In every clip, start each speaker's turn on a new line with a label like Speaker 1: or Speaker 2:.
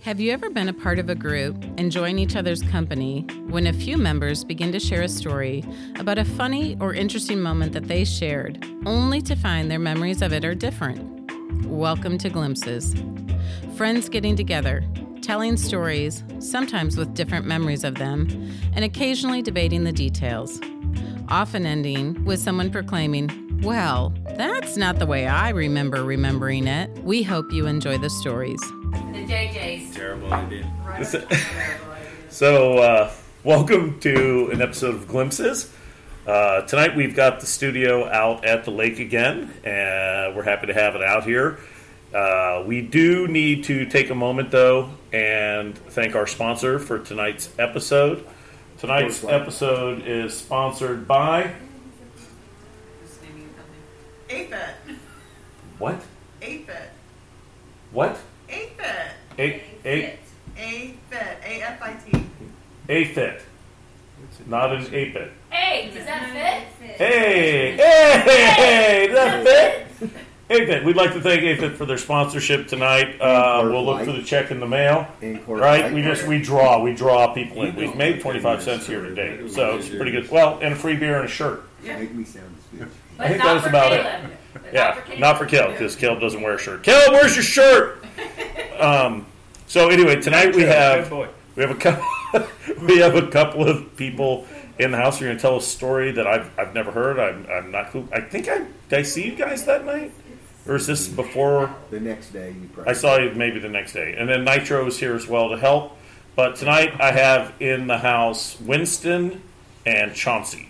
Speaker 1: Have you ever been a part of a group, enjoying each other's company, when a few members begin to share a story about a funny or interesting moment that they shared, only to find their memories of it are different? Welcome to Glimpses. Friends getting together, telling stories, sometimes with different memories of them, and occasionally debating the details, often ending with someone proclaiming, Well, that's not the way I remember remembering it. We hope you enjoy the stories.
Speaker 2: The JJ's.
Speaker 3: Terrible idea.
Speaker 2: Right
Speaker 3: So- So, uh, welcome to an episode of Glimpses. Uh, tonight we've got the studio out at the lake again, and we're happy to have it out here. Uh, we do need to take a moment, though, and thank our sponsor for tonight's episode. Tonight's episode is sponsored by
Speaker 4: Apet,
Speaker 3: what?
Speaker 4: Apet,
Speaker 3: What?
Speaker 4: Apet,
Speaker 3: A a
Speaker 4: Apet, A F I T.
Speaker 3: a fit, not an a fit.
Speaker 2: Hey, does that fit?
Speaker 3: Hey! Hey! Did that fit? AFIT, we'd like to thank AFIT for their sponsorship tonight. Uh, we'll look for the check in the mail. Right? We just we draw, we draw people in. We've made twenty five cents here today, so it's pretty good. Well, and a free beer and a shirt.
Speaker 5: Make me sound stupid.
Speaker 2: But
Speaker 3: I think
Speaker 2: not
Speaker 3: that was
Speaker 2: for
Speaker 3: about
Speaker 2: Caleb. But
Speaker 3: Yeah,
Speaker 2: Caleb.
Speaker 3: not for Kel because Kel doesn't wear a shirt. Kel, where's your shirt? Um, so anyway, tonight we have we have a couple we have a couple of people in the house who are going to tell a story that I've, I've never heard. I'm, I'm not cool. I think I did I see you guys that night, or is this before
Speaker 5: The next day, you probably.
Speaker 3: I saw you? Maybe the next day. And then Nitro is here as well to help. But tonight I have in the house Winston and Chauncey.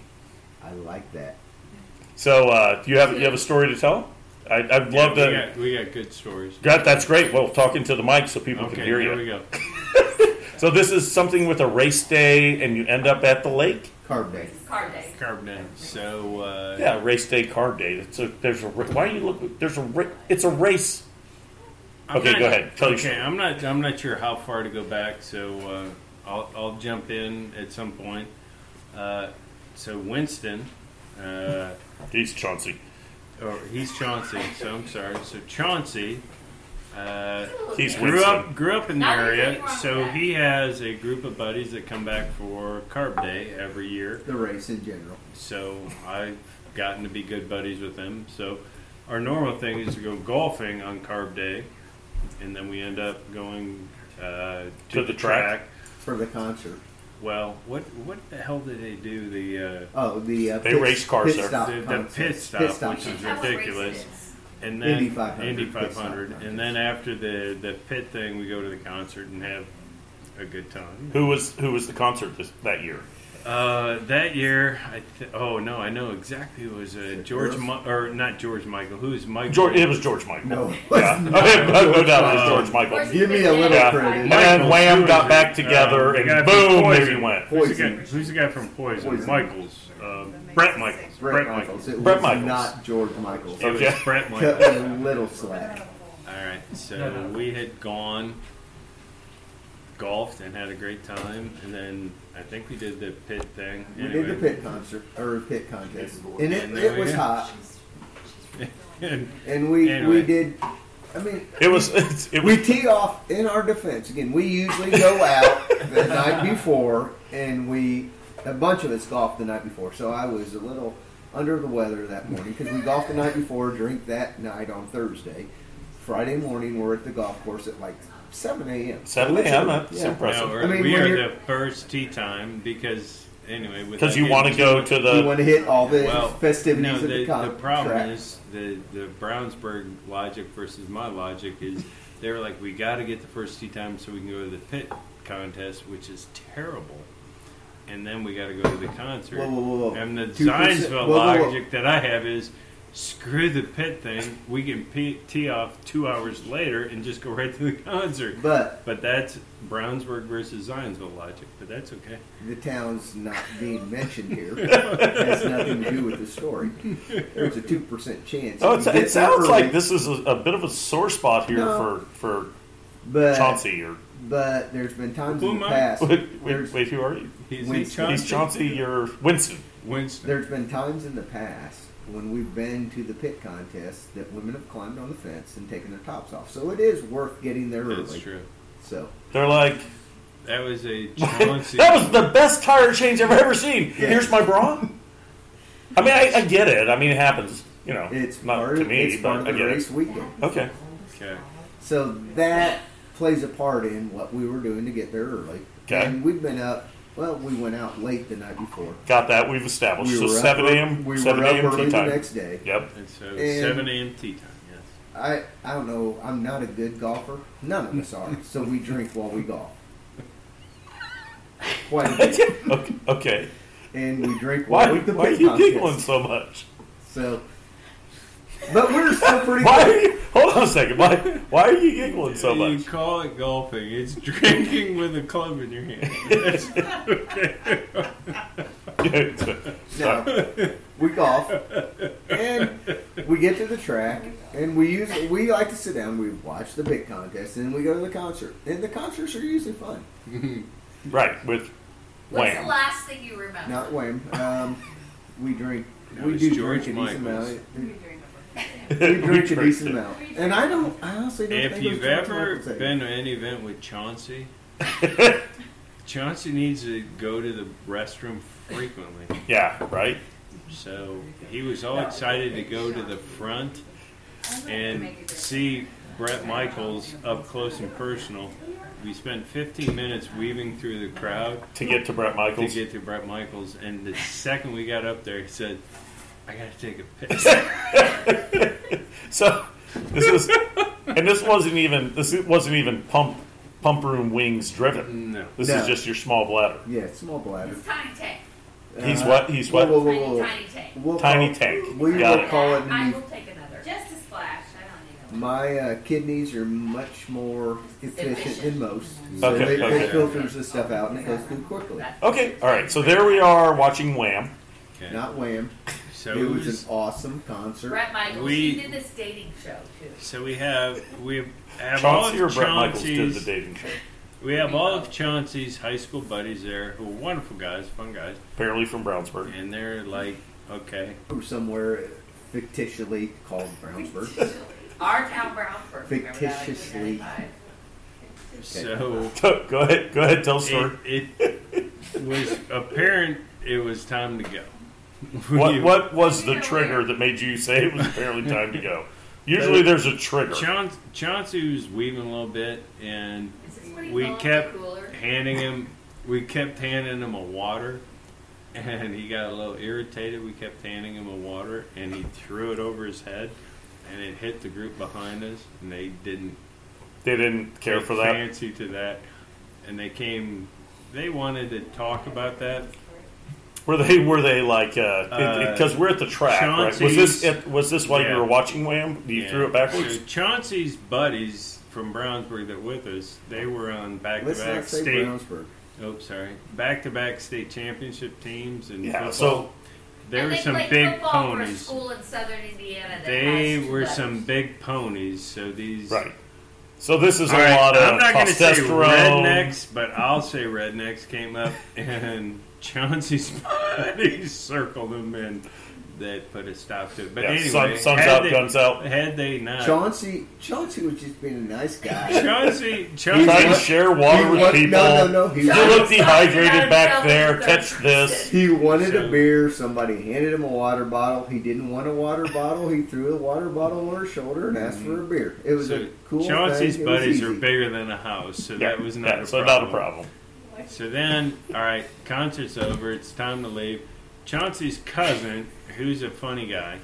Speaker 5: I like that.
Speaker 3: So uh, do you have you have a story to tell? I, I'd love
Speaker 6: Yeah,
Speaker 3: to.
Speaker 6: we got, we got good stories.
Speaker 3: That, that's great. Well, talking to the mic so people
Speaker 6: Okay,
Speaker 3: can hear
Speaker 6: here we
Speaker 3: you.
Speaker 6: go.
Speaker 3: So this is something with a race day, and you end up at the lake.
Speaker 5: Carb day.
Speaker 2: Card day.
Speaker 6: Carb day. So uh,
Speaker 3: Yeah, race day, card day. It's a, there's a ra- why you look there's a ra- it's a race.
Speaker 6: I'm
Speaker 3: okay,
Speaker 6: not-
Speaker 3: go ahead. Tell your
Speaker 6: okay,
Speaker 3: story.
Speaker 6: I'm not I'm not sure how far to go back, so uh, I'll I'll jump in at some point. Uh, so Winston, uh,
Speaker 3: He's Chauncey.
Speaker 6: or he's Chauncey. So I'm sorry. So Chauncey. Uh,
Speaker 3: He's
Speaker 6: grew
Speaker 3: Winston.
Speaker 6: up grew up in the
Speaker 2: Not anything
Speaker 6: area,
Speaker 2: wrong with
Speaker 6: so
Speaker 2: that.
Speaker 6: he has a group of buddies that come back for Carb Day every year.
Speaker 5: The race in general.
Speaker 6: so I've gotten to be good buddies with them. So our normal thing is to go golfing on carb day, and then we end up going uh, to,
Speaker 3: To the track.
Speaker 5: For the concert.
Speaker 6: Well, what what the hell did they do? The
Speaker 5: Oh, the. Uh,
Speaker 3: They race cars
Speaker 5: pit
Speaker 3: there.
Speaker 6: uh,
Speaker 5: Stop
Speaker 6: the, the
Speaker 5: concert.
Speaker 6: pit stop,
Speaker 5: Pit stop
Speaker 6: which is
Speaker 2: That was
Speaker 6: ridiculous,
Speaker 2: racist.
Speaker 6: and then
Speaker 5: Indy 500,
Speaker 6: Indy
Speaker 5: pit stop
Speaker 6: 500,
Speaker 5: contest.
Speaker 6: and then after the the pit thing, we go to the concert and have a good time.
Speaker 3: Who was who was the concert this, that year?
Speaker 6: Uh, that year, I th- oh no, I know exactly who it was uh, George
Speaker 5: Earth?
Speaker 6: Mi- or not George Michael. Who is Michael?
Speaker 3: George, it was George Michael.
Speaker 5: No, it was
Speaker 3: yeah,
Speaker 5: not
Speaker 3: no
Speaker 5: George
Speaker 3: doubt it
Speaker 2: Where's
Speaker 3: was George
Speaker 6: Michael.
Speaker 3: Michael.
Speaker 2: the
Speaker 5: Give me a
Speaker 2: big
Speaker 5: little
Speaker 2: man?
Speaker 5: credit.
Speaker 3: And then
Speaker 6: Michael
Speaker 3: Wham
Speaker 6: Stewart,
Speaker 3: got back
Speaker 6: uh,
Speaker 3: together,
Speaker 6: the
Speaker 3: and
Speaker 6: guy from
Speaker 3: boom,
Speaker 6: Poison.
Speaker 3: they went.
Speaker 6: Who's the, guy,
Speaker 5: Poison.
Speaker 6: who's the guy from Poison?
Speaker 5: Poison.
Speaker 6: Michaels. Um,
Speaker 3: Brett Michaels.
Speaker 5: Brett Michaels. It
Speaker 3: Brett
Speaker 5: was
Speaker 3: Michaels.
Speaker 5: not George Michaels.
Speaker 6: it was
Speaker 3: Okay.
Speaker 6: Brett
Speaker 5: Cut
Speaker 6: Michaels.
Speaker 5: me a little slack.
Speaker 6: All right, so we had gone, golfed, and had a great time, and then I think we did the pit thing.
Speaker 5: We
Speaker 6: anyway.
Speaker 5: did the pit concert or pit contest, and it,
Speaker 6: And there
Speaker 5: it
Speaker 6: we
Speaker 5: was
Speaker 6: go.
Speaker 5: hot,
Speaker 6: And
Speaker 5: and we
Speaker 6: Anyway.
Speaker 5: we did. I mean,
Speaker 3: It was it's, it was
Speaker 5: We tee off in our defense again. We usually go out the night before, and we a bunch of us golfed the night before. So I was a little under the weather that morning because we golfed the night before, drink that night on Thursday. Friday morning, we're at the golf course at like seven a.m.
Speaker 3: seven a.m. That's
Speaker 5: Yeah.
Speaker 6: no,
Speaker 3: impressive
Speaker 6: we're,
Speaker 5: I mean,
Speaker 6: we
Speaker 5: when
Speaker 6: are
Speaker 5: you're-
Speaker 6: the first tea time because anyway, with
Speaker 3: because
Speaker 6: that
Speaker 3: you
Speaker 6: being
Speaker 3: want to
Speaker 6: two
Speaker 3: go to
Speaker 5: We
Speaker 3: the
Speaker 5: want to hit all the festivities
Speaker 6: no,
Speaker 5: of the,
Speaker 6: the,
Speaker 5: con-
Speaker 6: the problem
Speaker 5: track.
Speaker 6: is the, the Brownsburg logic versus my logic is they were like, we got to get the first tee time so we can go to the pit contest, which is terrible. And then we got to go to the concert.
Speaker 5: Whoa, whoa, whoa, whoa.
Speaker 6: And the
Speaker 5: 2%.
Speaker 6: Zionsville
Speaker 5: Whoa, whoa, whoa.
Speaker 6: logic that I have is screw the pit thing. We can p- tee off two hours later and just go right to the concert.
Speaker 5: But
Speaker 6: But that's Brownsburg versus Zionsville logic. But that's okay.
Speaker 5: the town's not being mentioned here. It has nothing to do with the story. There's a two percent chance.
Speaker 3: Oh,
Speaker 5: if
Speaker 3: it's,
Speaker 5: you get
Speaker 3: it sounds
Speaker 5: there
Speaker 3: like
Speaker 5: early,
Speaker 3: this is a, a bit of a sore spot here
Speaker 5: No.
Speaker 3: for for
Speaker 5: But
Speaker 3: Chauncey or
Speaker 5: But there's been times
Speaker 6: Who
Speaker 5: in the
Speaker 6: am I?
Speaker 5: past.
Speaker 3: wait, wait,
Speaker 5: there's,
Speaker 3: wait, who are you?
Speaker 6: He's
Speaker 5: Winston.
Speaker 3: He's Chauncey. You're Winston.
Speaker 6: Winston.
Speaker 5: there's been times in the past when we've been to the pit contest that women have climbed on the fence and taken their tops off. So it is worth getting there
Speaker 6: That's
Speaker 5: early.
Speaker 6: true.
Speaker 5: So
Speaker 3: They're like,
Speaker 6: That was a Chauncey.
Speaker 3: that was the best tire change I've ever seen.
Speaker 5: Yeah.
Speaker 3: Here's my bra. I mean, I, I get it. I mean, it happens. You know,
Speaker 5: it's
Speaker 3: not
Speaker 5: part
Speaker 3: to
Speaker 5: of,
Speaker 3: me,
Speaker 5: it's part
Speaker 3: but
Speaker 5: of
Speaker 3: I
Speaker 5: the
Speaker 3: get
Speaker 5: race
Speaker 3: it.
Speaker 5: weekend.
Speaker 3: Okay.
Speaker 6: Okay.
Speaker 5: So that plays a part in what we were doing to get there early.
Speaker 3: Okay.
Speaker 5: And we've been up. Well, we went out late the night before.
Speaker 3: Got that. We've established.
Speaker 5: We
Speaker 3: so
Speaker 5: were up
Speaker 3: 7
Speaker 5: ear-
Speaker 3: a.m.
Speaker 5: We
Speaker 3: 7
Speaker 5: were up
Speaker 3: a.m.
Speaker 5: early
Speaker 3: tea time.
Speaker 5: the next day.
Speaker 3: Yep.
Speaker 6: And so
Speaker 5: And-
Speaker 6: 7 a.m. tea time, yes.
Speaker 5: I I don't know. I'm not a good golfer. None of us are. so we drink while we golf. Quite a bit.
Speaker 3: okay. okay.
Speaker 5: And we drink while
Speaker 3: Why,
Speaker 5: we
Speaker 3: why are
Speaker 5: debate
Speaker 3: you
Speaker 5: contest.
Speaker 3: giggling so much?
Speaker 5: So, but we're still pretty.
Speaker 3: Why are you, hold on a second. Why, why are you giggling so
Speaker 6: you
Speaker 3: much?
Speaker 6: call it golfing. It's drinking with a club in your hand.
Speaker 5: No, we golf, and we get to the track, and we use we like to sit down. We watch the big contest, and we go to the concert. And the concerts are usually fun.
Speaker 3: right. With
Speaker 2: What's the
Speaker 3: Wham.
Speaker 2: last thing you remember?
Speaker 5: Not Wham. Um, we drink.
Speaker 6: That
Speaker 5: We
Speaker 6: was
Speaker 5: do
Speaker 6: George
Speaker 5: drink a decent
Speaker 6: Michaels.
Speaker 5: amount. We drink a decent amount, and I don't. I honestly don't
Speaker 6: if
Speaker 5: think it was
Speaker 6: you've
Speaker 5: George
Speaker 6: ever
Speaker 5: Michael's
Speaker 6: been to any event with Chauncey, Chauncey needs to go to the restroom frequently.
Speaker 3: Yeah, right?
Speaker 6: So he was all excited to go to the front and see Brett Michaels up close and personal. We spent 15 minutes weaving through the crowd
Speaker 3: To get to Brett
Speaker 6: to
Speaker 3: Michaels.
Speaker 6: get to Brett Michaels, and the second we got up there, he said, "I gotta take a piss."
Speaker 3: So this is, and this wasn't even this wasn't even pump pump room wings driven.
Speaker 6: no,
Speaker 3: This
Speaker 5: No.
Speaker 3: is just your small bladder.
Speaker 5: Yeah, small bladder.
Speaker 2: It's tiny tank.
Speaker 3: He's
Speaker 5: Uh,
Speaker 3: what? He's
Speaker 5: Whoa,
Speaker 3: what?
Speaker 5: whoa, whoa,
Speaker 2: Tiny,
Speaker 5: whoa.
Speaker 2: tiny tank.
Speaker 5: We'll
Speaker 3: Tiny
Speaker 5: call-
Speaker 3: tank.
Speaker 5: We
Speaker 3: Got
Speaker 5: will
Speaker 3: it.
Speaker 5: call it.
Speaker 2: I will take another. Just a splash. I don't need
Speaker 5: My uh, kidneys are much more efficient than most, so
Speaker 3: Okay,
Speaker 5: they,
Speaker 3: okay.
Speaker 5: it filters this stuff out and it goes through quickly.
Speaker 3: Okay, all right. So there we are watching Wham.
Speaker 6: okay.
Speaker 5: Not wham.
Speaker 6: so
Speaker 5: It
Speaker 6: it
Speaker 5: was
Speaker 6: was,
Speaker 5: an awesome concert.
Speaker 2: Brett Michaels.
Speaker 6: We-
Speaker 2: he did this dating show too.
Speaker 6: so we have we have all of
Speaker 3: Chauncey or Brett Michaels did the
Speaker 6: Chauncey's
Speaker 3: dating show.
Speaker 6: we have all of Chauncey's high school buddies there who are wonderful guys, fun guys,
Speaker 3: Apparently from Brownsburg.
Speaker 6: and they're like, okay,
Speaker 5: Or somewhere fictitiously called Brownsburg.
Speaker 2: Our town Brownsburg. remember that? Like,
Speaker 5: Fictitiously.
Speaker 2: 1995.
Speaker 6: so
Speaker 3: go ahead. Go ahead. Tell the story.
Speaker 6: it, it was apparent it was time to go.
Speaker 3: What what was the trigger that made you say it was apparently time to go? Usually there's a trigger.
Speaker 6: Chaun- Chauncey was weaving a little bit, and
Speaker 2: Is this what he
Speaker 6: We
Speaker 2: calls
Speaker 6: kept-
Speaker 2: the cooler?
Speaker 6: handing him we kept handing him a water and he got a little irritated we kept handing him a water and he threw it over his head and it hit the group behind us and they didn't
Speaker 3: They didn't care
Speaker 6: take
Speaker 3: for that.
Speaker 6: fancy to that and they came they wanted to talk about that
Speaker 3: Were they were they like uh, because we're at the track, right? Was this
Speaker 6: Uh, Chauncey's-
Speaker 3: at, was this while you
Speaker 6: Yeah.
Speaker 3: were watching Wham? You threw it
Speaker 6: And
Speaker 3: backwards.
Speaker 6: so chauncey's buddies from brownsburg that were with us they were on
Speaker 5: Let's
Speaker 6: back-to-back
Speaker 5: not say
Speaker 6: state
Speaker 5: Brownsburg.
Speaker 6: oh sorry back-to-back state championship teams and
Speaker 3: Yeah,
Speaker 6: football.
Speaker 3: so-
Speaker 6: there
Speaker 2: And
Speaker 6: were
Speaker 2: they
Speaker 6: some
Speaker 2: played
Speaker 6: big
Speaker 2: football for a
Speaker 6: ponies
Speaker 2: school in southern Indiana that
Speaker 6: They
Speaker 2: has two
Speaker 6: were
Speaker 2: letters.
Speaker 6: some big ponies, so these.
Speaker 3: Right. So this is
Speaker 6: All
Speaker 3: a
Speaker 6: right,
Speaker 3: lot of
Speaker 6: I'm not gonna say
Speaker 3: testosterone.
Speaker 6: rednecks, but I'll say rednecks came up and Chauncey's buddies circled them and that put a stop to it. But
Speaker 3: Yeah,
Speaker 6: anyway,
Speaker 3: sun- sun's
Speaker 6: had
Speaker 3: out,
Speaker 6: they,
Speaker 3: guns out.
Speaker 6: Had they not,
Speaker 5: Chauncey, Chauncey was just being a nice guy.
Speaker 6: Chauncey,
Speaker 3: Try
Speaker 6: Chauncey,
Speaker 3: to
Speaker 5: He's-
Speaker 3: share
Speaker 5: He
Speaker 3: water with
Speaker 5: was-
Speaker 3: people.
Speaker 5: No, no, no. He,
Speaker 3: You
Speaker 5: wa-
Speaker 3: look dehydrated back there. Catch this.
Speaker 5: he wanted a
Speaker 6: So-
Speaker 5: beer. Somebody handed him a water bottle. He didn't want a water bottle. He threw the water bottle over his shoulder and asked
Speaker 3: Mm-hmm.
Speaker 5: for a beer. It was
Speaker 6: so
Speaker 5: a cool
Speaker 6: Chauncey's
Speaker 5: thing. It was
Speaker 6: buddies are
Speaker 5: easy.
Speaker 6: bigger than a house, so that was not
Speaker 3: yeah,
Speaker 6: a
Speaker 3: so
Speaker 6: problem.
Speaker 3: not a problem.
Speaker 6: So then, all right, concert's over. It's time to leave. Chauncey's cousin, who's a funny guy,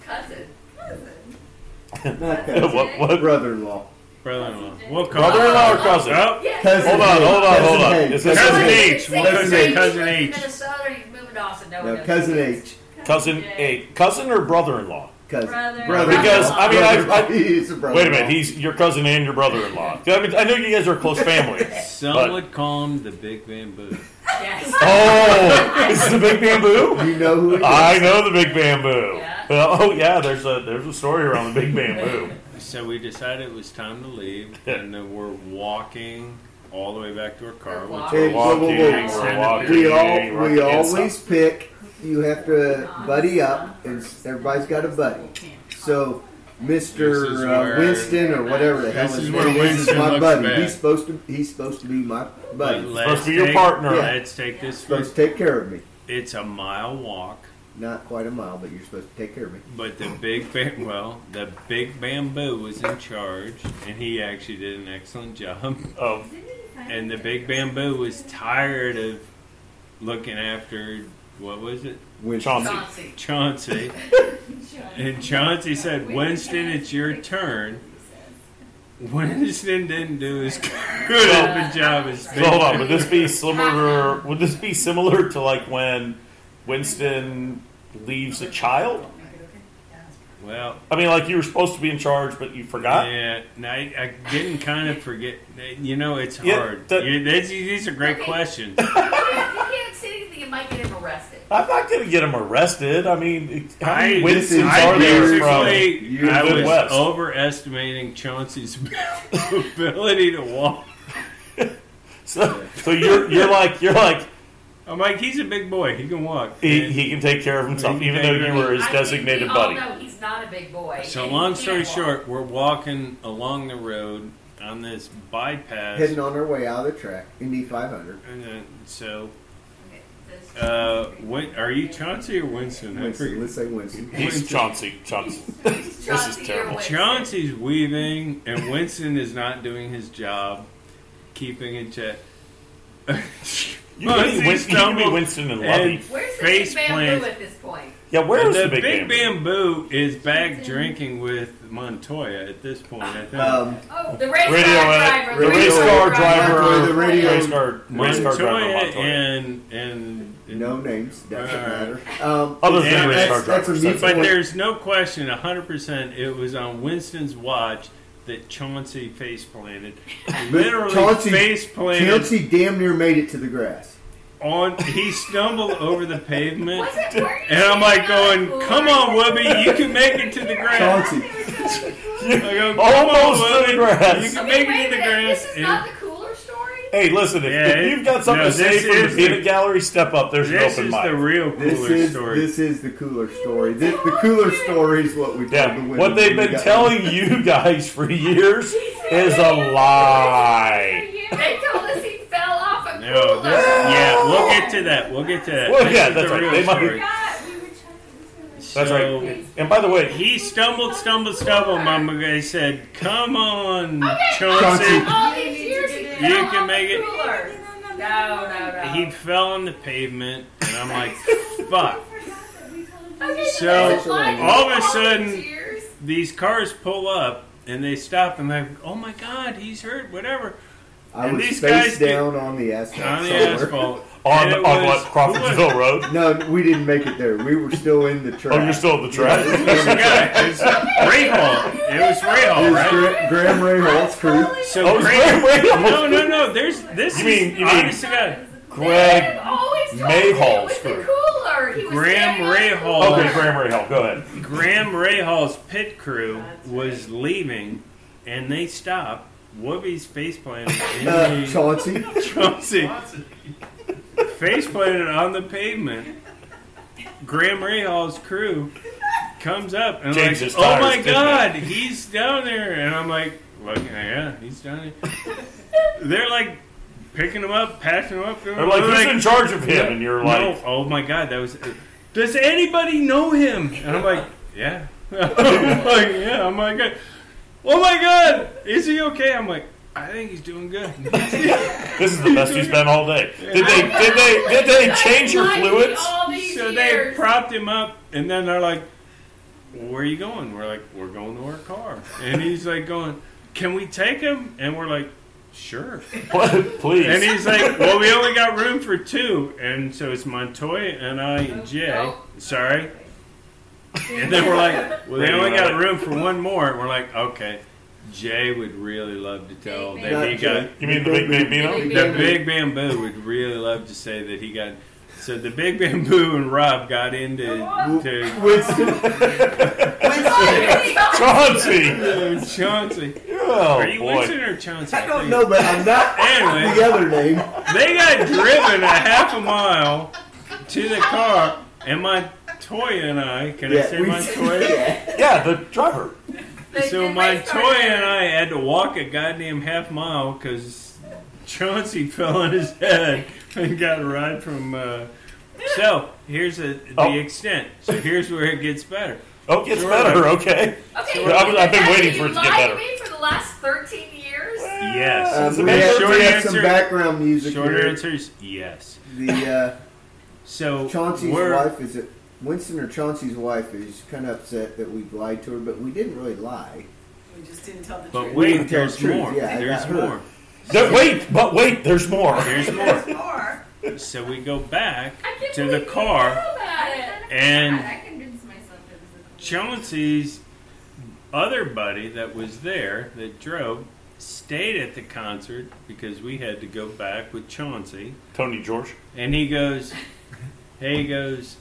Speaker 2: cousin. Cousin.
Speaker 5: Not that.
Speaker 3: what, what?
Speaker 5: Brother-in-law.
Speaker 6: brother-in-law. We'll call
Speaker 3: Brother-in-law or cousin?
Speaker 6: Oh,
Speaker 2: Yeah.
Speaker 5: Cousin
Speaker 3: Hold on,
Speaker 5: Hank.
Speaker 3: hold on, hold
Speaker 5: Cousin
Speaker 3: on.
Speaker 5: Hank.
Speaker 3: Is this
Speaker 6: Cousin
Speaker 5: Hank.
Speaker 6: H. We'll
Speaker 5: Cousin
Speaker 6: cousin say
Speaker 5: H.
Speaker 6: cousin
Speaker 2: He lives in
Speaker 6: H.
Speaker 2: Minnesota, he's moving to Austin. No, one
Speaker 5: No,
Speaker 2: knows
Speaker 5: cousin
Speaker 2: who he is.
Speaker 5: H.
Speaker 3: Cousin
Speaker 2: J.
Speaker 3: a cousin or brother-in-law?
Speaker 5: Cousin.
Speaker 2: Brother.
Speaker 5: Brother.
Speaker 3: Because, I mean, I've-
Speaker 5: Brother. He's a brother.
Speaker 3: Wait a minute, he's your cousin and your brother-in-law. I mean, I know you guys are a close family.
Speaker 6: Some
Speaker 3: But-
Speaker 6: would call him the big bamboo.
Speaker 2: Yes.
Speaker 3: Oh, is this the big bamboo?
Speaker 5: You know who he is.
Speaker 3: I know the big bamboo.
Speaker 2: Yeah.
Speaker 3: Well, oh yeah, there's a there's a story around the big bamboo.
Speaker 6: So we decided it was time to leave, and then we're walking all the way back to our car.
Speaker 2: We're
Speaker 6: Which
Speaker 5: Hey, whoa, whoa,
Speaker 3: Walking,
Speaker 5: whoa.
Speaker 6: Extended
Speaker 3: we're walking.
Speaker 5: We all
Speaker 3: we're
Speaker 5: we
Speaker 3: getting
Speaker 5: always pick. You have to buddy up, and s- everybody's got a buddy. So
Speaker 7: This is
Speaker 5: Mr.
Speaker 7: where-
Speaker 5: Uh, Winston or whatever the hell
Speaker 7: This
Speaker 5: his
Speaker 7: is
Speaker 5: name
Speaker 7: where
Speaker 5: is, is
Speaker 7: Winston
Speaker 5: my
Speaker 7: looks
Speaker 5: buddy.
Speaker 7: bad.
Speaker 5: He's supposed to he's supposed to be my buddy.
Speaker 6: But
Speaker 5: He's
Speaker 6: let's
Speaker 3: be your
Speaker 6: take-
Speaker 3: partner.
Speaker 5: Yeah.
Speaker 6: Let's take this
Speaker 5: supposed
Speaker 6: first.
Speaker 5: to take care of me.
Speaker 6: It's a mile walk,
Speaker 5: Not quite a mile, but you're supposed to take care of me.
Speaker 6: but the big ba- well, the big bamboo was in charge, and he actually did an excellent job.
Speaker 3: Oh,
Speaker 6: And the big bamboo was tired of looking after what was it,
Speaker 5: Winston.
Speaker 3: Chauncey.
Speaker 2: Chauncey.
Speaker 6: Chauncey. And Chauncey said, Winston, it's your turn. Winston didn't do as good of a job as
Speaker 3: So hold on. Would this be similar? Would this be similar to like when Winston leaves a child?
Speaker 6: Well,
Speaker 3: I mean, like you were supposed to be in charge, but you forgot.
Speaker 6: yeah, and I, I didn't kind of forget. You know, it's
Speaker 3: Yeah,
Speaker 6: hard.
Speaker 3: that-
Speaker 6: You- these, these are great
Speaker 2: Okay.
Speaker 6: questions.
Speaker 2: If you can't say anything, you might get him arrested.
Speaker 3: I'm not going to get him arrested. I mean, how many
Speaker 6: I-
Speaker 3: Winstons
Speaker 5: this is-
Speaker 3: are
Speaker 6: I
Speaker 3: there from?
Speaker 6: basically-
Speaker 5: you
Speaker 6: I
Speaker 3: live
Speaker 6: was
Speaker 3: west?
Speaker 6: overestimating Chauncey's ability to walk.
Speaker 3: So, so you're you're like you're like
Speaker 6: I'm like, Oh, he's a big boy. He can walk.
Speaker 3: he,
Speaker 6: And-
Speaker 3: he can take care of himself,
Speaker 6: He can
Speaker 3: even though you
Speaker 6: take care of
Speaker 3: were his
Speaker 2: I think
Speaker 3: designated
Speaker 2: we
Speaker 3: buddy.
Speaker 2: All know he's not a big boy.
Speaker 6: So
Speaker 2: and he
Speaker 6: long
Speaker 2: can't
Speaker 6: story
Speaker 2: walk.
Speaker 6: short, we're walking along the road on this bypass.
Speaker 5: Heading on our way out of the track, Indy 500.
Speaker 6: And then- so,
Speaker 2: Okay, this-
Speaker 6: uh, when, are you Chauncey or Winston? I
Speaker 5: Winston,
Speaker 6: forget.
Speaker 5: let's say Winston.
Speaker 3: He's
Speaker 6: Winston.
Speaker 3: Chauncey. Chauncey.
Speaker 2: He's
Speaker 3: This is
Speaker 2: Chauncey or
Speaker 3: terrible.
Speaker 2: Winston.
Speaker 6: Chauncey's weaving, and Winston is not doing his job, keeping in check.
Speaker 3: You can, be Winston, you can
Speaker 6: Winston
Speaker 3: be
Speaker 6: stumbled
Speaker 3: Winston and Lovey.
Speaker 6: and
Speaker 2: Where's the
Speaker 6: face
Speaker 2: big bamboo
Speaker 6: plants.
Speaker 2: at this point?
Speaker 3: yeah, where is
Speaker 6: the,
Speaker 3: the big,
Speaker 6: big
Speaker 3: bamboo?
Speaker 6: bamboo is back drinking with Montoya at this point. I think
Speaker 5: Um,
Speaker 2: Oh, the race
Speaker 3: Radio
Speaker 2: car
Speaker 3: edit,
Speaker 2: driver.
Speaker 3: the race car driver,
Speaker 5: the radio-
Speaker 3: race car, race car
Speaker 6: Montoya,
Speaker 3: driver, Montoya.
Speaker 6: and and
Speaker 5: no names, doesn't
Speaker 6: Alright.
Speaker 5: matter. Um,
Speaker 3: Other
Speaker 6: Yeah,
Speaker 3: than race
Speaker 6: that's-
Speaker 3: car
Speaker 5: that's a
Speaker 3: drivers.
Speaker 5: mute
Speaker 3: that's
Speaker 6: But
Speaker 5: Well-
Speaker 6: there's no question, 100%, it was on Winston's watch that Chauncey face planted. Literally
Speaker 5: Chauncey-
Speaker 6: face planted
Speaker 5: Chauncey damn near made it to the grass.
Speaker 6: on. He stumbled over the pavement.
Speaker 2: Was it where you
Speaker 6: And I'm like going,
Speaker 2: were?
Speaker 6: come on, Webby, you can make it to the grass.
Speaker 5: Chauncey,
Speaker 6: I go, "Come on,
Speaker 3: Almost to
Speaker 6: Webby,
Speaker 3: the grass.
Speaker 2: I
Speaker 6: You can
Speaker 2: mean,
Speaker 6: make
Speaker 2: wait
Speaker 6: it
Speaker 2: a
Speaker 6: to the
Speaker 2: minute,
Speaker 6: grass.
Speaker 2: This is
Speaker 6: And
Speaker 2: not the cooler story.
Speaker 3: Hey, listen, if,
Speaker 6: Yeah,
Speaker 3: if you've got something
Speaker 6: no,
Speaker 3: to say
Speaker 6: this
Speaker 3: from the
Speaker 6: is
Speaker 3: peanut
Speaker 6: the-
Speaker 3: gallery, step up. There's an
Speaker 6: this
Speaker 3: open
Speaker 6: is
Speaker 3: mic.
Speaker 6: the real
Speaker 5: this
Speaker 6: cooler
Speaker 5: is
Speaker 6: story.
Speaker 5: this is the cooler story. This, the cooler story is what we told
Speaker 3: yeah,
Speaker 5: the women
Speaker 3: what they've
Speaker 5: when we
Speaker 3: been
Speaker 5: got-
Speaker 3: telling you guys for years is a lie.
Speaker 2: They told us he fell off a
Speaker 6: no,
Speaker 2: cooler.
Speaker 6: this, yeah, we'll get to that. We'll get to that.
Speaker 3: Well,
Speaker 6: This
Speaker 3: yeah,
Speaker 6: is
Speaker 3: that's
Speaker 6: the
Speaker 3: right.
Speaker 6: real
Speaker 3: They might-
Speaker 6: story.
Speaker 2: God, we were trying
Speaker 3: That's
Speaker 6: So-
Speaker 3: right. And by the way,
Speaker 6: He stumbled, stumbled, stumbled. Mama guy said, "Come on, Chauncey."
Speaker 5: Chauncey.
Speaker 2: all these years he fell
Speaker 6: You
Speaker 2: off
Speaker 6: can
Speaker 2: a
Speaker 6: make it-
Speaker 2: Cooler. No, no, no.
Speaker 6: He fell on the pavement, and I'm like, "Fuck!"
Speaker 2: okay,
Speaker 6: So,
Speaker 2: this is life.
Speaker 6: all of a
Speaker 2: these
Speaker 6: sudden-
Speaker 2: years.
Speaker 6: These cars pull up, and they stop, and they're, "Oh my God, he's hurt!" Whatever
Speaker 5: I
Speaker 6: And
Speaker 5: was
Speaker 6: these
Speaker 5: face
Speaker 6: guys did-
Speaker 5: down on the asphalt.
Speaker 6: on the
Speaker 5: somewhere.
Speaker 6: asphalt.
Speaker 3: on
Speaker 6: And it
Speaker 3: on
Speaker 6: was-
Speaker 3: what Crawfordsville Road?
Speaker 5: No, we didn't make it there. We were still in the track.
Speaker 3: Oh, you're still at the track.
Speaker 6: It was a guy. It was Ray Hall. It was Ray
Speaker 5: It
Speaker 6: Hall,
Speaker 5: was
Speaker 6: right?
Speaker 5: Gra- Graham Ray Hall's crew. Uh,
Speaker 6: So
Speaker 3: Oh, it was
Speaker 6: Ray-
Speaker 3: Graham Ray Hall.
Speaker 6: No, no, no. There's this.
Speaker 3: You mean-
Speaker 6: is,
Speaker 3: you mean-
Speaker 6: honest to God,
Speaker 3: Greg
Speaker 6: uh,
Speaker 2: They've always told
Speaker 3: Mayhall
Speaker 2: us it was
Speaker 3: screwed.
Speaker 2: the cooler. He was
Speaker 6: Graham
Speaker 2: standing on the
Speaker 6: Rahal.
Speaker 2: cooler.
Speaker 3: Okay, Graham Ray Hall, go ahead.
Speaker 6: Graham Rahall's pit crew was leaving, and they stopped. Whoopi's face planted in
Speaker 5: Uh,
Speaker 6: the
Speaker 5: Chauncey.
Speaker 6: Chauncey face planted on the pavement. Graham Rahall's crew comes up and
Speaker 3: Changed
Speaker 6: like,
Speaker 3: his
Speaker 6: oh
Speaker 3: tires,
Speaker 6: my
Speaker 3: didn't
Speaker 6: god, he's down there, and I'm like, look, yeah, he's down there. They're like picking him up, patching him up.
Speaker 3: They're like, who's in charge of him? And you're like,
Speaker 6: no, oh my god, that was. Does anybody know him? And I'm like, yeah. I'm like, yeah. I'm like, oh my god, is he okay? I'm like, I think he's doing good.
Speaker 3: this is the best he's been all day. Did they? Did they? Did they change your
Speaker 2: Life
Speaker 3: fluids?
Speaker 2: All these
Speaker 6: so they
Speaker 2: years.
Speaker 6: propped him up, and then they're like, where are you going? We're like, we're going to our car, and he's like, going, can we take him? And we're like, sure.
Speaker 3: What? Please.
Speaker 6: And he's like, well, we only got room for two, and so it's Montoya and I and Jay.
Speaker 2: Oh,
Speaker 6: Sorry. And then we're like, well, they only got room for one more. And we're like, okay. Jay would really love to tell that he got
Speaker 3: you mean the big bambino?
Speaker 6: the big bamboo would really love to say that he got. So the big bamboo and Rob got into to
Speaker 5: Winston.
Speaker 3: Chauncey.
Speaker 6: uh, Chauncey.
Speaker 3: Oh
Speaker 6: Are you
Speaker 3: boy.
Speaker 6: Winston or Chauncey?
Speaker 5: I don't know, but I'm not
Speaker 6: Anyway,
Speaker 5: the other name.
Speaker 6: They got driven a half a mile to the car, and Montoya and I, can I
Speaker 5: Yeah,
Speaker 6: say
Speaker 5: we-
Speaker 6: Montoya?
Speaker 3: Yeah, the driver.
Speaker 2: They-
Speaker 6: so
Speaker 2: they raced
Speaker 6: Montoya
Speaker 2: over there.
Speaker 6: and I had to walk a goddamn half mile because Chauncey fell on his head and got a ride from. Uh, so here's a, the
Speaker 3: Oh.
Speaker 6: extent. So here's where it gets better.
Speaker 3: Oh, it gets
Speaker 6: Sure.
Speaker 3: better. Okay.
Speaker 2: Okay,
Speaker 3: Well, I've- I've been
Speaker 2: Matthew,
Speaker 3: waiting for it to
Speaker 2: you
Speaker 3: get
Speaker 2: lied
Speaker 3: better.
Speaker 2: me for the last 13 years?
Speaker 6: Yes.
Speaker 5: Um,
Speaker 3: So
Speaker 5: we
Speaker 3: the
Speaker 5: have,
Speaker 6: short
Speaker 5: we have
Speaker 6: answer-
Speaker 5: some background music
Speaker 6: Shorter
Speaker 5: here.
Speaker 6: answer is yes.
Speaker 5: The
Speaker 6: So
Speaker 5: uh, Chauncey's
Speaker 6: we're,
Speaker 5: wife is it Winston or Chauncey's wife is kind of upset that we lied to her, but we didn't really lie.
Speaker 4: We just didn't tell the
Speaker 6: But
Speaker 4: truth.
Speaker 5: we-
Speaker 6: wait,
Speaker 5: tell
Speaker 6: there's
Speaker 5: the truth.
Speaker 6: more.
Speaker 5: Yeah, I
Speaker 6: there's
Speaker 5: got hurt.
Speaker 6: more.
Speaker 3: There- wait, but wait, there's more.
Speaker 6: There's more.
Speaker 4: There's more.
Speaker 6: So we go back
Speaker 2: I can't
Speaker 6: to the
Speaker 2: believe you
Speaker 6: car.
Speaker 2: know Oh, about it.
Speaker 6: And-
Speaker 2: I convinced myself it was a
Speaker 6: Chauncey's other buddy that was there that drove stayed at the concert because we had to go back with Chauncey.
Speaker 3: Tony George.
Speaker 6: And he goes, hey, he goes,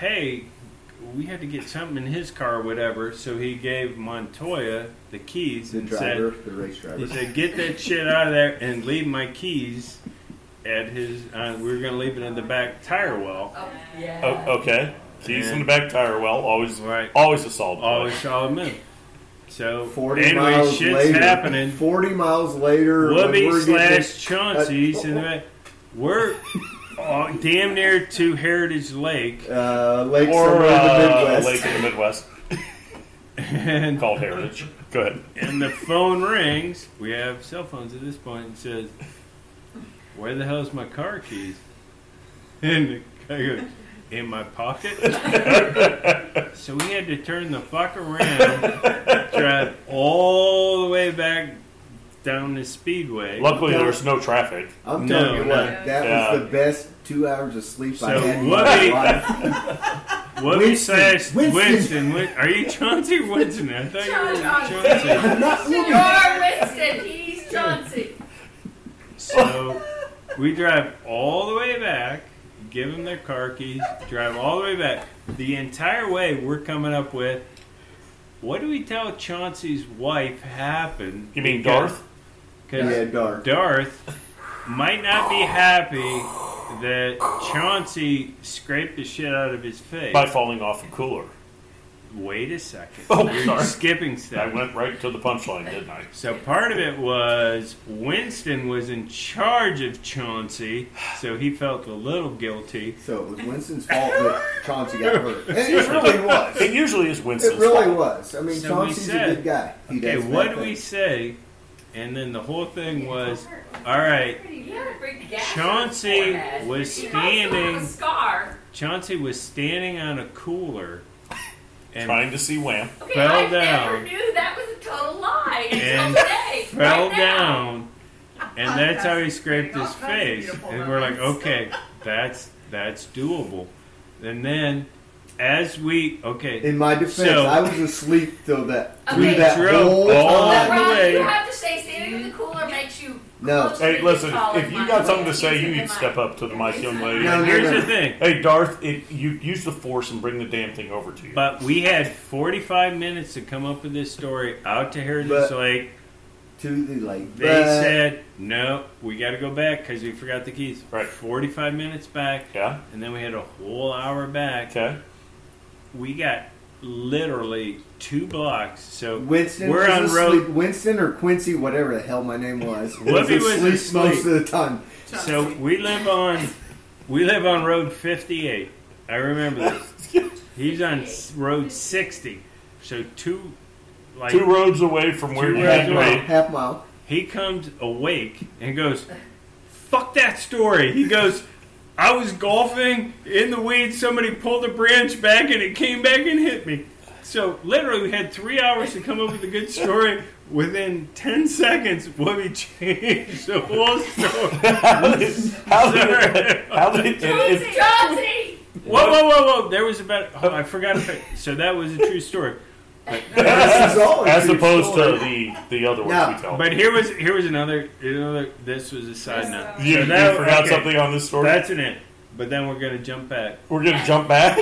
Speaker 6: hey, we had to get something in his car, or whatever. So he gave Montoya the keys
Speaker 5: The
Speaker 6: and
Speaker 5: driver, the race
Speaker 6: said, he
Speaker 5: driver.
Speaker 6: said, get that shit out of there and leave my keys at his. Uh, we were going to leave it in the back tire well.
Speaker 2: Oh, yeah.
Speaker 3: Oh, okay. Keys in the back tire well. Always,
Speaker 6: Right. Uh,
Speaker 3: always assault.
Speaker 6: Always saw him in. So
Speaker 5: Forty
Speaker 6: anyway,
Speaker 5: miles
Speaker 6: shit's
Speaker 5: later.
Speaker 6: happening.
Speaker 5: Forty miles later, when
Speaker 6: Whoopi
Speaker 5: we're getting- Uh,
Speaker 6: slash Chauncey's and that- we're oh, damn near to Heritage Lake,
Speaker 5: uh, Lake
Speaker 3: Or
Speaker 5: somewhere in the
Speaker 3: uh,
Speaker 5: Midwest.
Speaker 3: lake in the Midwest
Speaker 6: and
Speaker 3: called Heritage. Go ahead.
Speaker 6: and the phone rings. We have cell phones at this point, and says, "Where the hell's my car keys?" And the guy goes, "In my pocket." so we had to turn the fuck around, drive all the way back down the speedway.
Speaker 3: Luckily, there's no traffic.
Speaker 5: I'm
Speaker 6: No,
Speaker 5: telling you
Speaker 6: no.
Speaker 5: what, that
Speaker 3: Yeah.
Speaker 5: was the best two hours of sleep I
Speaker 6: So
Speaker 5: had in
Speaker 6: what
Speaker 5: my
Speaker 6: a-
Speaker 5: life.
Speaker 6: What
Speaker 5: Winston,
Speaker 6: slash
Speaker 5: Winston.
Speaker 6: Winston. Winston. Win- Are you Chauncey Winston? I thought you were
Speaker 4: Chauncey.
Speaker 6: Chauncey.
Speaker 5: I'm not
Speaker 2: You're
Speaker 5: looking.
Speaker 2: Winston, he's Chauncey.
Speaker 6: So we drive all the way back, give them their car keys, drive all the way back. The entire way we're coming up with what do we tell Chauncey's wife happened?
Speaker 3: You mean
Speaker 6: Because-
Speaker 3: Darth?
Speaker 6: 'cause
Speaker 5: Yeah, Darth.
Speaker 6: Darth might not be happy that Chauncey scraped the shit out of his face.
Speaker 3: By falling off a cooler.
Speaker 6: Wait a second.
Speaker 3: Oh,
Speaker 6: You're
Speaker 3: sorry.
Speaker 6: skipping
Speaker 3: I
Speaker 6: stuff.
Speaker 3: went right to the punchline, didn't I?
Speaker 6: So part of it was Winston was in charge of Chauncey, so he felt a little guilty.
Speaker 5: So it was Winston's fault that Chauncey got hurt. And it really was.
Speaker 3: It usually is Winston's
Speaker 5: It really
Speaker 3: fault.
Speaker 5: was. I mean,
Speaker 6: So we
Speaker 5: Chauncey's
Speaker 6: said,
Speaker 5: a good guy. He
Speaker 6: Okay,
Speaker 5: does
Speaker 6: what
Speaker 5: bad
Speaker 6: do we
Speaker 5: things.
Speaker 6: say? And then the whole thing was, all right,
Speaker 2: You had a big gash on his
Speaker 6: Chauncey
Speaker 2: forehead.
Speaker 6: was
Speaker 2: He also had a
Speaker 6: standing.
Speaker 2: scar.
Speaker 6: Chauncey was standing on a cooler, and
Speaker 3: Trying to see Wham.
Speaker 2: Okay,
Speaker 6: Fell
Speaker 2: I
Speaker 6: down.
Speaker 2: never knew that was a total lie
Speaker 6: And
Speaker 2: until today.
Speaker 6: fell
Speaker 2: right now.
Speaker 6: down, and that's how he scraped
Speaker 4: All
Speaker 6: his
Speaker 4: kinds of
Speaker 6: face.
Speaker 4: beautiful
Speaker 6: And we're like,
Speaker 4: moments.
Speaker 6: okay, that's that's doable. And then, as we okay,
Speaker 5: In my defense,
Speaker 6: So-
Speaker 5: I was asleep till that through
Speaker 2: Okay.
Speaker 5: that
Speaker 6: Drove
Speaker 5: whole
Speaker 6: all
Speaker 5: time.
Speaker 6: the
Speaker 2: Rob,
Speaker 6: way.
Speaker 2: you have to say standing in the cooler makes you.
Speaker 5: No.
Speaker 2: closer to
Speaker 3: Hey,
Speaker 2: the
Speaker 3: listen,
Speaker 2: call
Speaker 3: if
Speaker 2: of
Speaker 3: you
Speaker 2: my
Speaker 3: got something to
Speaker 2: voice.
Speaker 3: say, you
Speaker 2: Using
Speaker 3: need
Speaker 2: the
Speaker 3: to step
Speaker 2: mic.
Speaker 3: up to the mic, young lady.
Speaker 5: No,
Speaker 6: and
Speaker 5: no,
Speaker 6: here's
Speaker 5: no.
Speaker 6: the thing.
Speaker 3: Hey, Darth, it, you use the force and bring the damn thing over to you.
Speaker 6: But we had 45 minutes to come up with this story out to Heritage
Speaker 5: But-
Speaker 6: Lake.
Speaker 5: To the lake.
Speaker 6: They
Speaker 5: But
Speaker 6: said, no, we got to go back because we forgot the keys.
Speaker 3: Right.
Speaker 6: 45 minutes back,
Speaker 3: yeah.
Speaker 6: and then we had a whole hour back.
Speaker 3: Okay.
Speaker 6: We got literally two blocks. So
Speaker 5: Winston
Speaker 6: we're
Speaker 5: was
Speaker 6: on
Speaker 5: asleep.
Speaker 6: road.
Speaker 5: Winston or Quincy, whatever the hell my name was, was
Speaker 6: Whoopi was
Speaker 5: asleep,
Speaker 6: asleep.
Speaker 5: most of the time.
Speaker 6: So we live on, we live on road 58. I remember this. He's on s- road 60. So two, like
Speaker 3: Two roads away from where
Speaker 6: Two
Speaker 3: you
Speaker 6: roads
Speaker 3: had
Speaker 6: away.
Speaker 3: me.
Speaker 5: Half mile.
Speaker 6: He comes awake and goes, "Fuck that story." He goes, "I was golfing in the weeds. Somebody pulled a branch back, and it came back and hit me." So literally, we had three hours to come up with a good story. Within ten seconds, Webby changed the whole story.
Speaker 3: How did, how did,
Speaker 6: Sorry.
Speaker 3: how did and
Speaker 2: Chauncey,
Speaker 3: if-
Speaker 2: Chauncey,
Speaker 6: Whoa, whoa, whoa, whoa! There was about. Oh, I forgot. About, so that was a true story.
Speaker 5: This is all a
Speaker 3: as
Speaker 5: true
Speaker 3: opposed
Speaker 5: story.
Speaker 3: to the the other ones
Speaker 5: No.
Speaker 3: we tell?
Speaker 6: But here was here was another. another this was a side note.
Speaker 3: you,
Speaker 6: So
Speaker 3: you
Speaker 6: that-
Speaker 3: forgot
Speaker 6: okay,
Speaker 3: something on this story.
Speaker 6: That's an it. But then we're gonna jump back.
Speaker 3: We're gonna jump back.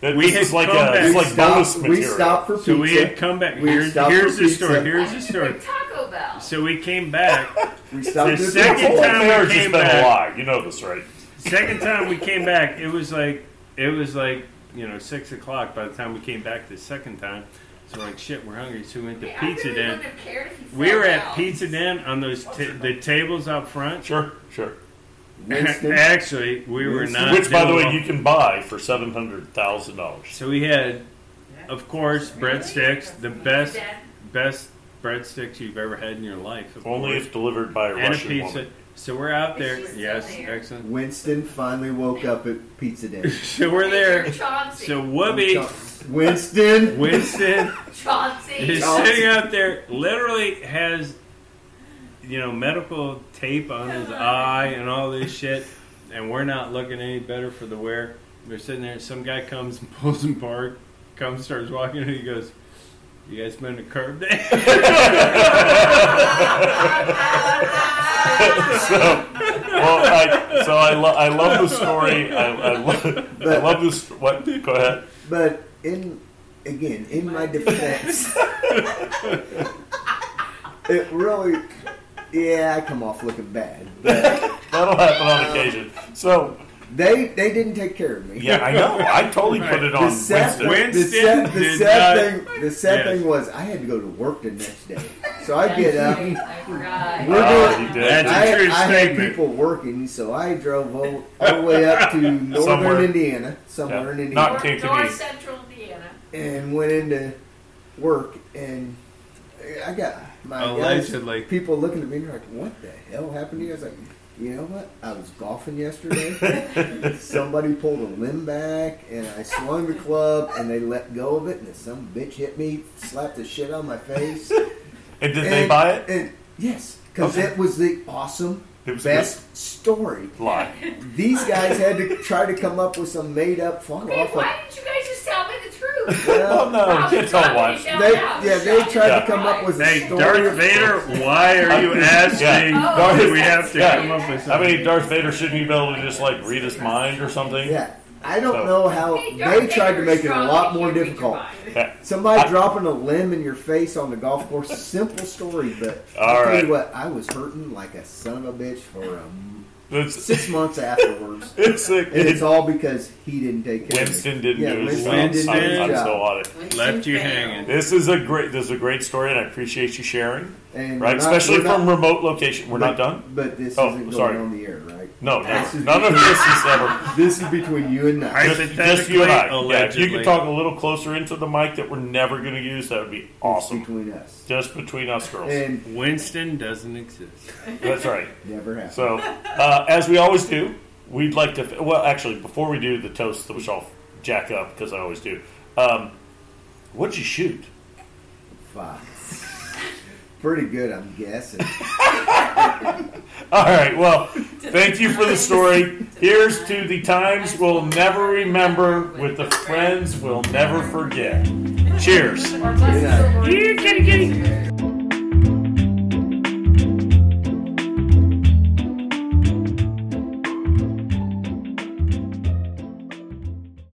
Speaker 3: That
Speaker 6: We
Speaker 3: this is
Speaker 6: had
Speaker 3: like
Speaker 6: come
Speaker 3: a this is
Speaker 5: we
Speaker 3: like bonus
Speaker 5: stopped, we
Speaker 3: material.
Speaker 5: stopped for
Speaker 6: So we
Speaker 5: pizza.
Speaker 6: had come back.
Speaker 5: We
Speaker 6: Here's,
Speaker 5: stopped
Speaker 6: here's
Speaker 5: for
Speaker 6: the
Speaker 5: pizza.
Speaker 6: story. Here's the
Speaker 2: Like
Speaker 6: story.
Speaker 2: Taco Bell.
Speaker 6: So we came back.
Speaker 5: we stopped
Speaker 6: the
Speaker 5: for
Speaker 3: The
Speaker 6: second
Speaker 5: pizza.
Speaker 3: whole
Speaker 6: time we
Speaker 3: marriage has
Speaker 6: came
Speaker 3: been
Speaker 6: back-
Speaker 3: a lie. You know this, right?
Speaker 6: Second time we came back, it was like it was like you know six o'clock by the time we came back the second time. So we're like, shit, we're hungry. So we went to
Speaker 2: I
Speaker 6: Pizza
Speaker 2: really
Speaker 6: Den.
Speaker 2: wouldn't have cared if you
Speaker 6: We were
Speaker 2: fell
Speaker 6: at
Speaker 2: out.
Speaker 6: Pizza Den on those ta- the tables out front.
Speaker 3: Sure, sure.
Speaker 5: Winston.
Speaker 6: Actually, we were
Speaker 5: Which,
Speaker 6: not.
Speaker 3: Which, by the
Speaker 6: doing
Speaker 3: way,
Speaker 6: well.
Speaker 3: you can buy for seven hundred thousand dollars.
Speaker 6: So we had, of course, breadsticks. The best,
Speaker 2: Pizza Den.
Speaker 6: best breadsticks you've ever had in your life. of
Speaker 3: Only
Speaker 6: course.
Speaker 3: if delivered by a
Speaker 6: and a
Speaker 3: Russian
Speaker 6: pizza.
Speaker 3: woman.
Speaker 6: So we're out there.
Speaker 2: Is she still
Speaker 6: Yes,
Speaker 2: there?
Speaker 6: excellent.
Speaker 5: Winston finally woke up at Pizza Day.
Speaker 6: So we're there.
Speaker 2: Chauncey.
Speaker 6: So Whoopi
Speaker 5: Winston.
Speaker 6: Winston
Speaker 2: Chauncey.
Speaker 6: is sitting out there. Literally has, you know, medical tape on his eye and all this shit. And we're not looking any better for the wear. They're sitting there. Some guy comes and pulls him apart. Comes, starts walking, and he goes, "You guys been to curb day?"
Speaker 3: so, well, I, so I, lo- I love the story. I, I, lo- I love this. What? Go ahead.
Speaker 5: But in again, in my defense, it really, yeah, I come off looking bad.
Speaker 3: That'll happen on occasion. So
Speaker 5: They they didn't take care of me.
Speaker 3: yeah, I know. I totally put it
Speaker 5: The
Speaker 3: on
Speaker 5: sad,
Speaker 3: Wednesday.
Speaker 5: the
Speaker 6: Winston
Speaker 5: sad, the
Speaker 6: did
Speaker 5: sad
Speaker 6: not-
Speaker 5: thing, the sad
Speaker 6: Yes.
Speaker 5: thing was I had to go to work the next day, so I get up.
Speaker 2: I forgot.
Speaker 5: We're
Speaker 3: Oh,
Speaker 5: doing-
Speaker 3: you did.
Speaker 6: That's
Speaker 5: I,
Speaker 6: a true
Speaker 5: I had
Speaker 6: statement.
Speaker 5: people working, so I drove all, all the way up to northern
Speaker 3: Somewhere.
Speaker 5: Indiana, somewhere
Speaker 3: Yeah.
Speaker 5: in Indiana.
Speaker 3: Not
Speaker 2: North-
Speaker 3: Kankakee.
Speaker 2: North Central Indiana.
Speaker 5: and went into work and I got my
Speaker 3: Oh,
Speaker 5: guys-
Speaker 6: Allegedly.
Speaker 5: people looking at me and they're like, "What the hell happened to you?" I was like, "You know what? I was golfing yesterday. Somebody pulled a limb back, and I swung the club, and they let go of it, and some bitch hit me, slapped the shit on my face.
Speaker 3: And did
Speaker 5: and,
Speaker 3: they buy it?
Speaker 5: And yes, because
Speaker 3: Okay.
Speaker 5: it was the awesome
Speaker 3: It was
Speaker 5: best story.
Speaker 3: Lie.
Speaker 5: These guys had to try to come up with some made up fuck
Speaker 2: Hey,
Speaker 5: off. like,
Speaker 2: why didn't you guys just tell me the truth?
Speaker 5: well,
Speaker 3: Oh no, you can't tell wives.
Speaker 5: They, yeah, they tried to come up with a
Speaker 6: Hey,
Speaker 5: story.
Speaker 6: Darth Vader, why are you asking?
Speaker 3: Yeah.
Speaker 2: Darth-
Speaker 6: Do we have to
Speaker 3: yeah.
Speaker 6: come up with something?
Speaker 3: I mean, Darth Vader shouldn't you be able to just like read his mind or something.
Speaker 5: Yeah, I don't
Speaker 3: So-
Speaker 5: know how they tried to make it a lot more difficult.
Speaker 3: Yeah.
Speaker 5: Somebody
Speaker 3: I-
Speaker 5: dropping a limb in your face on the golf course, simple story, but
Speaker 3: All
Speaker 5: I'll tell
Speaker 3: right.
Speaker 5: you what, I was hurting like a son of a bitch for um,
Speaker 3: It's,
Speaker 5: six months afterwards.
Speaker 3: it's,
Speaker 5: And it's all because he didn't take care
Speaker 3: Winston
Speaker 5: of me.
Speaker 3: didn't do his
Speaker 5: Winston
Speaker 3: job.
Speaker 5: didn't do his
Speaker 3: I'm, I'm
Speaker 5: job.
Speaker 3: so on it.
Speaker 6: Left you hanging.
Speaker 3: This is a great. This is a great story, and I appreciate you sharing.
Speaker 5: And
Speaker 3: Right,
Speaker 5: we're not-
Speaker 3: especially
Speaker 5: we're not-
Speaker 3: from remote location. We're
Speaker 5: but-
Speaker 3: not done.
Speaker 5: But this
Speaker 3: Oh,
Speaker 5: isn't going
Speaker 3: sorry.
Speaker 5: on the air, right?
Speaker 3: No,
Speaker 5: This
Speaker 3: never.
Speaker 5: is,
Speaker 3: none of this is ever.
Speaker 5: this is between you and I.
Speaker 3: Just, just you and I. Yeah, if you
Speaker 6: allegedly.
Speaker 3: could talk a little closer into the mic that we're never going to use, that would be awesome.
Speaker 5: Between us.
Speaker 3: Just between us girls.
Speaker 5: And
Speaker 6: Winston doesn't exist.
Speaker 3: That's right.
Speaker 5: never happened.
Speaker 3: So, uh, as we always do, we'd like to. Well, actually, before we do the toast, which I'll jack up because I always do. Um, what'd you shoot?
Speaker 5: Fuck. Pretty good, I'm guessing.
Speaker 3: All right. Well, thank you for the story. Here's to the times we'll never remember with the friends we'll never forget. Cheers.
Speaker 5: Good night.
Speaker 2: You're gonna get it.